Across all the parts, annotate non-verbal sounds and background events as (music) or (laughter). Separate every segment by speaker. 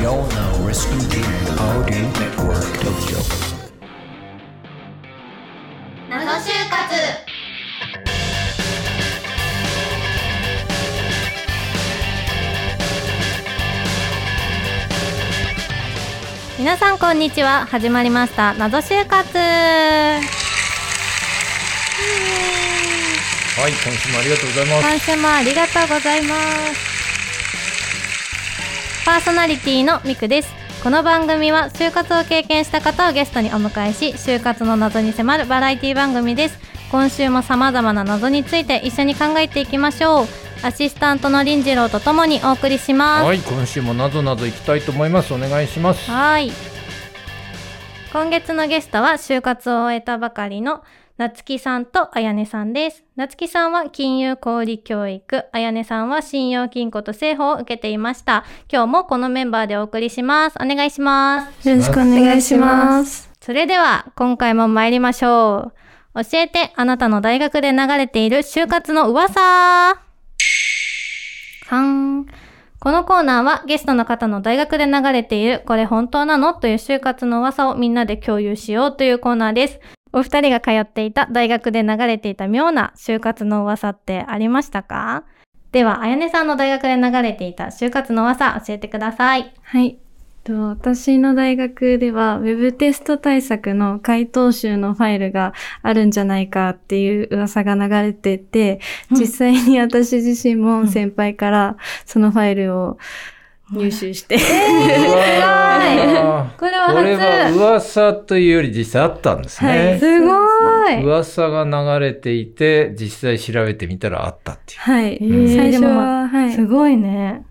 Speaker 1: You're now listening to Audio Network Tokyo.
Speaker 2: 謎就活
Speaker 3: 皆さんこんにちは始まりました謎就活
Speaker 4: はい、今週もありがとうございます。
Speaker 3: 今週もありがとうございますパーソナリティのみくですこの番組は就活を経験した方をゲストにお迎えし就活の謎に迫るバラエティ番組です今週も様々な謎について一緒に考えていきましょうアシスタントの林次郎とともにお送りします
Speaker 4: はい、今週もなぞなぞいきたいと思います。お願いします。は
Speaker 3: はい。今月のゲストは就活を終えたばかりの夏木さんとあやねさんです。夏木さんは金融小売教育、あやねさんは信用金庫と政法を受けていました。今日もこのメンバーでお送りします。お願いします。
Speaker 5: よろしくお願いします。
Speaker 3: それでは今回も参りましょう。教えてあなたの大学で流れている就活の噂はん。このコーナーはゲストの方の大学で流れているこれ本当なのという就活の噂をみんなで共有しようというコーナーです。お二人が通っていた大学で流れていた妙な就活の噂ってありましたかでは、あやねさんの大学で流れていた就活の噂教えてください。
Speaker 5: はい。と私の大学では、ウェブテスト対策の回答集のファイルがあるんじゃないかっていう噂が流れてて、
Speaker 3: うん
Speaker 5: 実際に私自身
Speaker 3: ん
Speaker 5: も先輩からそのファイルを入手して、
Speaker 4: い。
Speaker 3: これは
Speaker 4: これは
Speaker 3: 初
Speaker 4: 噂というより実際あったんです
Speaker 5: は
Speaker 4: ね。
Speaker 5: いすごい
Speaker 4: 噂が流れていて、実際調べてみたらあったっていう。
Speaker 5: はい。
Speaker 4: ー
Speaker 5: 最初
Speaker 3: でも
Speaker 5: は、はい。
Speaker 3: すごいね。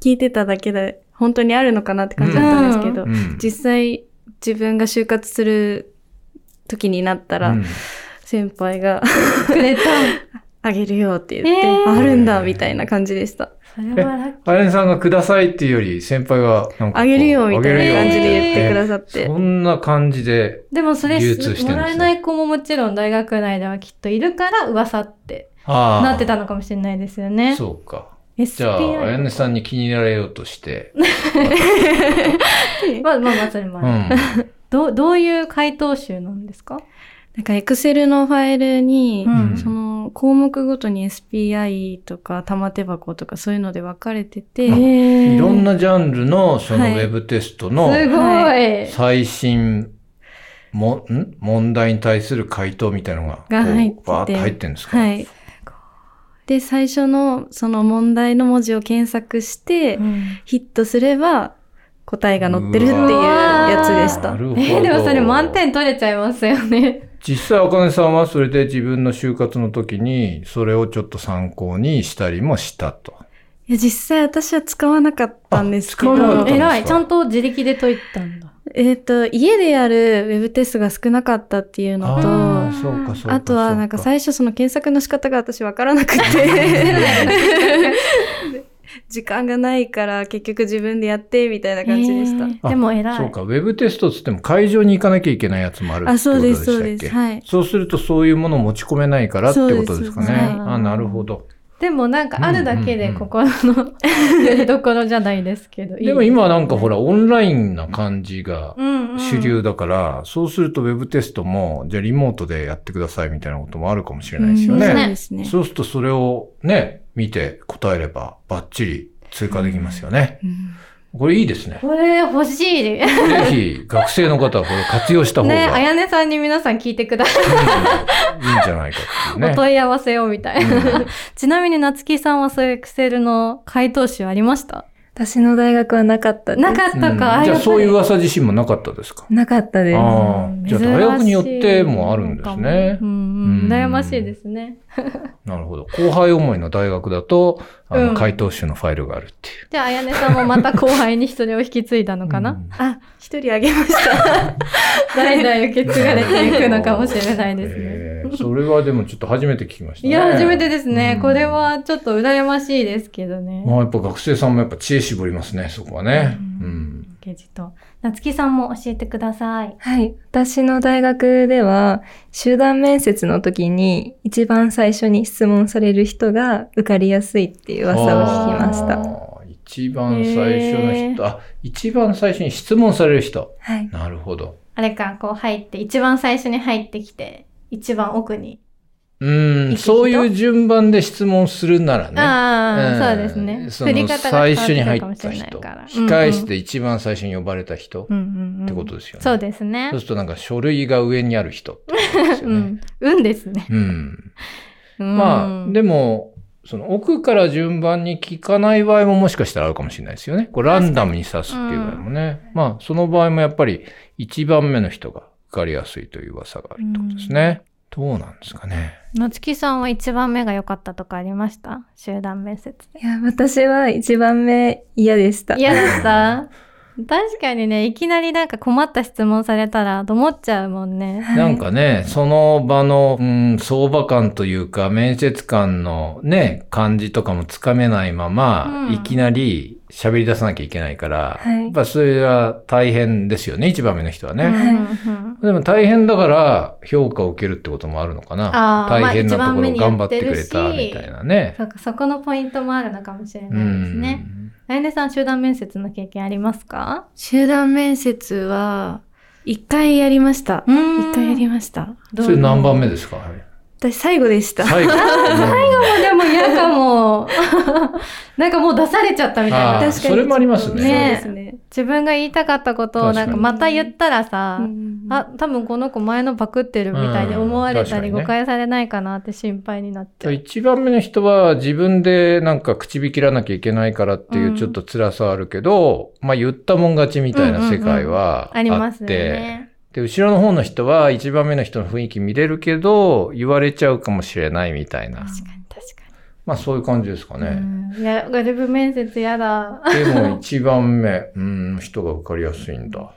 Speaker 5: 聞いてただけで、本当にあるのかなって感じだったんですけど、
Speaker 4: うん
Speaker 5: 実際自分が就活する時になったら、
Speaker 4: うん
Speaker 5: 先輩が、 (laughs)
Speaker 3: くれた。
Speaker 5: あげるよって言って、
Speaker 3: えー
Speaker 5: あるんだみたいな感じでした。
Speaker 3: それはラッキー。
Speaker 4: あやねさんがくださいっていうより、先輩がなんかこう
Speaker 5: あげるよみたいな感じで言ってくださっ
Speaker 4: え
Speaker 5: て。
Speaker 4: そんな感じで。
Speaker 3: でもそれ
Speaker 4: 流通してるんですね
Speaker 3: もらえない子ももちろん大学内ではきっといるから噂って
Speaker 4: あー
Speaker 3: なってたのかもしれないですよね。
Speaker 4: そうか。じゃ
Speaker 3: SPI
Speaker 4: あ、あやねさんに気に入られようとして。
Speaker 3: まあまあまあそれもあ
Speaker 4: う
Speaker 3: る、
Speaker 4: ん。
Speaker 3: どうどういう回答集なんですか
Speaker 5: なんかエクセルのファイルに
Speaker 3: う、ん
Speaker 5: その項目ごとに SPI とか玉手箱とかそういうので分かれてて、
Speaker 4: い
Speaker 3: い
Speaker 4: ろんなジャンルの、そのウ
Speaker 5: はい
Speaker 4: ェブテストの、
Speaker 3: すごい、
Speaker 5: は
Speaker 4: 最新もん問題に対する回答みたいのが
Speaker 5: が
Speaker 4: こう
Speaker 5: 入ってて
Speaker 4: バーッと入ってるんですか、
Speaker 5: はい。で、最初のその問題の文字を検索して、
Speaker 3: うん
Speaker 5: ヒットすれば答えが載ってるっていうやつでし
Speaker 4: な
Speaker 5: た。
Speaker 4: るほど
Speaker 3: えーでもそれ満点取れちゃいますよね。
Speaker 4: 実際あかねさんはそれで自分の就活の時にそれをちょっと参考にしたりもしたと
Speaker 5: いや、実際私は使わなかったんですけ
Speaker 4: あ
Speaker 5: ど、
Speaker 4: 使わなかった
Speaker 3: えらい。ちゃんと自力で解いたんだ。
Speaker 5: えっ、と、家でやるウェブテストが少なかったっていうのと、
Speaker 4: あ
Speaker 5: あ
Speaker 4: ーそうかそうかそうか
Speaker 5: とはなんか最初その検索の仕方が私わからなくて、時間がないから結局自分でやってみたいな感じでした。
Speaker 3: えー
Speaker 4: あ
Speaker 3: でも偉い。
Speaker 4: そうかウェブテストっつっても会場に行かなきゃいけないやつもあるって
Speaker 5: あ、
Speaker 4: こと
Speaker 5: そう
Speaker 4: で
Speaker 5: です、
Speaker 4: した
Speaker 5: そう
Speaker 4: っ
Speaker 5: で
Speaker 4: け
Speaker 5: す。はい。
Speaker 4: そうするとそういうものを持ち込めないからってことですかね
Speaker 5: そうですそうです
Speaker 3: はい
Speaker 4: あなるほど
Speaker 3: でもなんかあるだけ
Speaker 4: うんう
Speaker 3: で
Speaker 4: んうん
Speaker 3: 心の (laughs) よりどころじゃないですけど。いい
Speaker 4: でも今はなんかほらオンラインな感じが
Speaker 3: うんうん
Speaker 4: 主流だから、そうするとウェブテストも、じゃあリモートでやってくださいみたいなこともあるかもしれないですよ
Speaker 5: うん
Speaker 4: ね。
Speaker 5: そうですね。
Speaker 4: そうするとそれをね、見て答えればバッチリ追加できますよね。
Speaker 5: うん
Speaker 4: これいいですね。
Speaker 3: これ欲しい。
Speaker 4: ぜひ学生の方はこれ活用した方が
Speaker 3: ね、あ
Speaker 4: うん
Speaker 3: やねさんに皆さん聞いてください。
Speaker 4: いいんじゃないかっていうね。
Speaker 3: (laughs) お問い合わせをみたいな。ちなみに、夏木さんはそういうエクセルの回答集ありました
Speaker 6: 私の大学はなかったです。
Speaker 3: なかっ
Speaker 4: う
Speaker 3: た
Speaker 4: ん
Speaker 3: か。あ
Speaker 4: じゃあ
Speaker 3: やっぱり
Speaker 4: そういう噂自身もなかったですか
Speaker 6: なかったです。
Speaker 4: ああ
Speaker 3: うん、
Speaker 4: じゃあ
Speaker 3: 珍しい
Speaker 4: 大学によってもあるんですね
Speaker 3: う。んう。
Speaker 4: うんん
Speaker 3: 羨ましいですね。
Speaker 4: なるほど。後輩思いの大学だと、あ
Speaker 3: うん
Speaker 4: の、回答集のファイルがあるっていう。
Speaker 3: じゃあ、あやねさんもまた後輩にそれを引き継いだのか
Speaker 4: う
Speaker 3: なん
Speaker 5: あ、一人あげました。
Speaker 3: 代々受け継がれていくのかもしれないですね。
Speaker 4: えーそれはでもちょっと初めて聞きましたね。
Speaker 3: いや、初めてですね
Speaker 4: う。ん
Speaker 3: これ。はちょっと羨ましいですけどね。
Speaker 4: まあやっぱ学生さんもやっぱ知恵絞りますね、そこはね。
Speaker 3: う
Speaker 4: うんん。
Speaker 3: ゲジと。夏木さんも教えてください。
Speaker 6: はい。私の大学では、集団面接の時に、一番最初に質問される人が受かりやすいっていう噂を聞きました。
Speaker 4: あー。一一番最初の人、あ、一番最初に質問される人。
Speaker 6: はい。
Speaker 4: なるほど。
Speaker 3: あれか、こう入って、一番最初に入ってきて、一番奥に。
Speaker 4: う
Speaker 3: い
Speaker 4: ー
Speaker 3: い
Speaker 4: ん、
Speaker 3: 人
Speaker 4: そういう順番で質問するならね。
Speaker 3: ああ、
Speaker 4: う
Speaker 3: そうんですね。
Speaker 4: そ
Speaker 3: 振り
Speaker 4: の
Speaker 3: 方が
Speaker 4: 最
Speaker 3: 変わっ
Speaker 4: 初に
Speaker 3: てく
Speaker 4: 入
Speaker 3: る
Speaker 4: っ
Speaker 3: かもしたれない
Speaker 4: 人
Speaker 3: から。。
Speaker 4: 控室で一番最初に呼ばれた人っ
Speaker 3: うんうんうん。
Speaker 4: てことですよね。
Speaker 3: そうですね
Speaker 4: そう。するとなんか書類が上にある人ってことですよ
Speaker 3: う
Speaker 4: ね。
Speaker 3: ん。運ですね。
Speaker 4: うん。
Speaker 3: う
Speaker 4: まあ、
Speaker 3: ん
Speaker 4: でも、その奥から順番に聞かない場合ももしかしたらあるかもしれないですよね。こうランダムに指すっていう場合もね。まあ、その場合もやっぱり一番目の人が受かりやすいという噂があるってことですね。どうなんですかね。
Speaker 3: のつきさんは一番目が良かったとかありました集団面接
Speaker 4: (laughs)
Speaker 3: で。
Speaker 6: いや、私は一番目嫌でした。
Speaker 3: 嫌だった確かにね、いきなりなんか困った質問されたら、どもっちゃうもんね。
Speaker 4: なんかね、その場の、うん、相場感というか、面接感のね、感じとかもつかめないまま、
Speaker 3: うん
Speaker 4: いきなり喋り出さなきゃいけないから、
Speaker 6: はい
Speaker 4: やっぱそれは大変ですよね、一番目の人は
Speaker 3: うん
Speaker 4: ね。
Speaker 3: うんうん
Speaker 4: でも大変だから、評価を受けるってこともあるのかな
Speaker 3: あ。ー
Speaker 4: 大変なところ
Speaker 3: まあ
Speaker 4: 頑張ってくれた、
Speaker 3: 一番目に
Speaker 4: み
Speaker 3: やってるした
Speaker 4: いなね。
Speaker 3: そうか、そこのポイントもあるのかもしれ
Speaker 4: う
Speaker 3: ないですね。
Speaker 4: ん。
Speaker 3: あゆねさん、集団面接の経験ありますか
Speaker 5: (laughs) 集団面接は、一回やりました。
Speaker 3: うん
Speaker 5: 一回やりました。
Speaker 4: それ何番目ですか
Speaker 5: 私最後でし
Speaker 3: (laughs)
Speaker 5: た。
Speaker 4: 最後。
Speaker 3: でも嫌
Speaker 4: (laughs)
Speaker 3: かも。なんかもう出されちゃったみたい
Speaker 4: あ
Speaker 3: な。
Speaker 4: ー
Speaker 5: 確かに
Speaker 4: それもありますね。
Speaker 3: ね
Speaker 5: そうですね。
Speaker 3: 自分が言いたかったことをなんかまた言ったらさ、
Speaker 5: うん
Speaker 3: あ、多分この子前のパクってるみたいに思われたり
Speaker 4: うん確かにね
Speaker 3: 誤解されないかなって心配になっちゃう。
Speaker 4: 一番目の人は自分でなんか唇切らなきゃいけないからっていううんちょっと辛さはあるけど、まあ言ったもん勝ちみたいな世界はあ
Speaker 3: ありま
Speaker 4: っ
Speaker 3: す
Speaker 4: て、
Speaker 3: よね。
Speaker 4: で、後ろの方の人は一番目の人の雰囲気見れるけど、言われちゃうかもしれないみたいな。
Speaker 3: 確かに確か
Speaker 4: まあそういう感じですか
Speaker 3: に。
Speaker 4: ね。
Speaker 3: うんいや、グループ面接やだ。
Speaker 4: でも一番目、うん、人が受かりやすいんだ。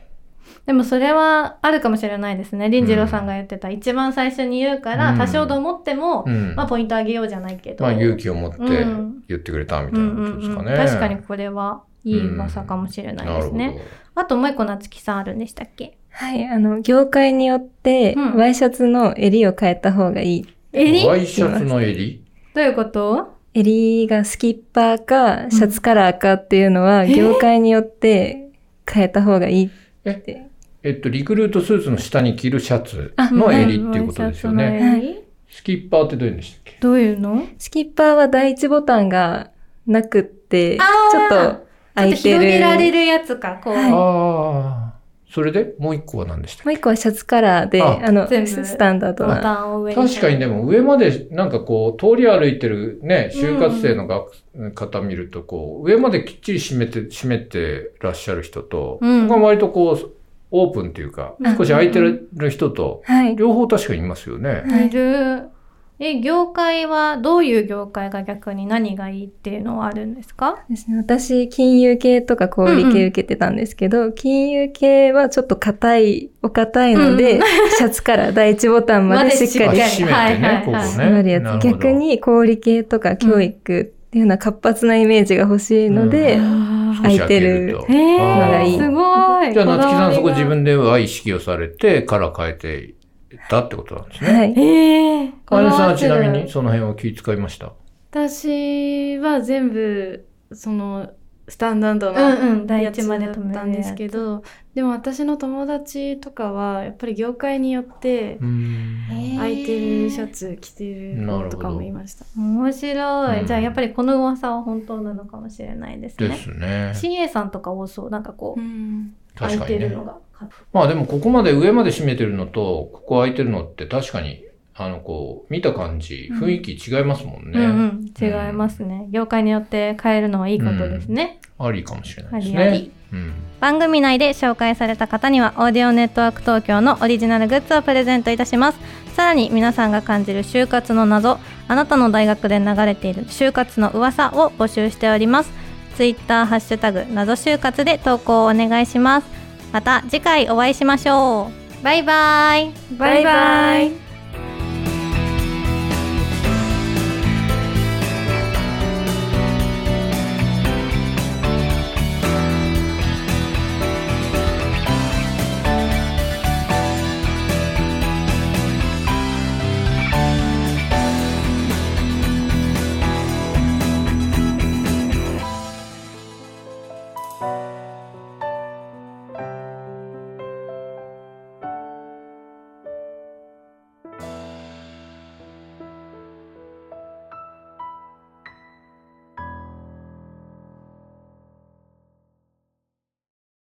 Speaker 3: でもそれはあるかもしれないですね。林次郎さんが言ってた、一番最初に言うから、
Speaker 4: うん
Speaker 3: 多少ど思っても、
Speaker 4: うん。
Speaker 3: まあポイントあげようじゃないけど。
Speaker 4: まあ勇気を持って
Speaker 3: うん
Speaker 4: 言ってくれたみた
Speaker 3: う
Speaker 4: い
Speaker 3: ん
Speaker 4: な
Speaker 3: う
Speaker 4: こと
Speaker 3: ん
Speaker 4: で
Speaker 3: う
Speaker 4: す
Speaker 3: ん
Speaker 4: かね。
Speaker 3: 確かにこれはいい噂かもしれない
Speaker 4: な
Speaker 3: で
Speaker 4: る
Speaker 3: す
Speaker 4: ほど。
Speaker 3: ね。あともう一個夏木さんあるんでしたっけ
Speaker 6: はい、あの、業界によって、
Speaker 3: うん
Speaker 6: ワイシャツの襟を変えた方がいい。
Speaker 3: 襟
Speaker 4: ワイシャツの襟
Speaker 3: どういうこと
Speaker 6: 襟がスキッパーか、シャツカラーかっていうのは、業界によって変えた方がいいって。
Speaker 4: えっと、リクルートスーツの下に着るシャツの襟っていうことですよね。
Speaker 3: ワイシャツの襟
Speaker 4: スキッパーってどういうんでしたっけ
Speaker 3: どういうの
Speaker 6: スキッパーは第一ボタンがなくって、ち
Speaker 3: あ
Speaker 6: ょ
Speaker 3: ー
Speaker 6: っと開いてる。
Speaker 3: 広げられるやつか、こう。
Speaker 6: はい
Speaker 4: ああ。それでもう一個は何でしたっ
Speaker 6: もう一個はシャツカラーで、
Speaker 4: あ
Speaker 6: あの、
Speaker 3: 全部
Speaker 6: スタンダード
Speaker 3: ボ
Speaker 6: な。
Speaker 3: タンを上
Speaker 4: け
Speaker 3: にされて。
Speaker 4: 確かにでも上までなんかこう通り歩いてるね、
Speaker 3: うん
Speaker 4: 就活生の学方見るとこう上まできっちり締めて、締めてらっしゃる人と、
Speaker 3: うん
Speaker 4: 僕は割とこうオープンっていうか
Speaker 3: うん、
Speaker 4: 少し空いてる人と、
Speaker 6: はい。
Speaker 4: 両方確かにいますよね。
Speaker 6: はい
Speaker 3: いる。え、業界は、どういう業界が逆に何がいいっていうのはあるんですか
Speaker 6: ですね。私、金融系とか小売系受けてたんですけど、金融系はちょっと硬い、お硬いので、
Speaker 3: (laughs)
Speaker 6: シャツから第一ボタンまでしっ
Speaker 4: あ
Speaker 6: か
Speaker 3: ま
Speaker 6: り
Speaker 3: でしっか
Speaker 4: 締めてね、
Speaker 3: はいはい
Speaker 4: ここ
Speaker 3: はい
Speaker 4: ね。
Speaker 6: 締まるやつ。
Speaker 4: なるほど
Speaker 6: 逆、に小売系とか教育っていうのは活発なイメージが欲しいので、
Speaker 3: あ
Speaker 4: 少し開けると
Speaker 6: 空い
Speaker 3: え
Speaker 4: あー
Speaker 6: がい
Speaker 3: ー、
Speaker 6: い
Speaker 3: すごい。
Speaker 4: じゃあ、夏木さん、そこ
Speaker 3: こだわ
Speaker 4: 自
Speaker 3: りが。
Speaker 4: 分では意識をされて、カラー変えていったってことなんですね。
Speaker 6: はい。
Speaker 3: えー、
Speaker 4: あゆさんはちなみ
Speaker 3: こだわって
Speaker 4: に
Speaker 3: る。
Speaker 4: その辺は気遣いました。
Speaker 5: 私は全部、その、スタンダード
Speaker 3: う
Speaker 5: なん
Speaker 3: うん、第
Speaker 5: や
Speaker 3: 一
Speaker 5: つ
Speaker 3: ま
Speaker 5: だ
Speaker 3: で
Speaker 5: っ
Speaker 3: 止め
Speaker 5: たんですけど、でも私の友達とかは、やっぱり業界によって、
Speaker 4: うん。
Speaker 5: 空いてるシャツ着てる子とかもいました。
Speaker 3: 面白い、
Speaker 4: うん
Speaker 3: じゃあやっぱりこの噂は本当なのかもしれないです
Speaker 4: で
Speaker 3: ね。
Speaker 4: すね。
Speaker 3: CA さんとか多そう。なんかこう、
Speaker 5: うん
Speaker 3: 空
Speaker 4: 確
Speaker 3: い
Speaker 4: か
Speaker 3: て
Speaker 4: に
Speaker 3: る
Speaker 4: ね
Speaker 3: の。が。
Speaker 4: まあでも、ここまで上まで締めてるのと、ここ空いてるのって確かに、あの、こう、見た感じ、
Speaker 3: うん
Speaker 4: 雰囲気違いますもん
Speaker 3: うんう
Speaker 4: ね。
Speaker 3: ん、違いますね、業界によって変えるのはいいことですね。
Speaker 4: ありかもしれな
Speaker 3: あ
Speaker 4: いです
Speaker 3: り
Speaker 4: ね
Speaker 3: あり。。
Speaker 4: うん。
Speaker 3: 番組内で紹介された方にはオーディオネットワーク東京のオリジナルグッズをプレゼントいたしますさらに皆さんが感じる就活の謎あなたの大学で流れている就活の噂を募集しておりますツイッターハッシュタグ謎就活で投稿をお願いしますまた次回お会いしましょうバイバイ
Speaker 5: バイバイ。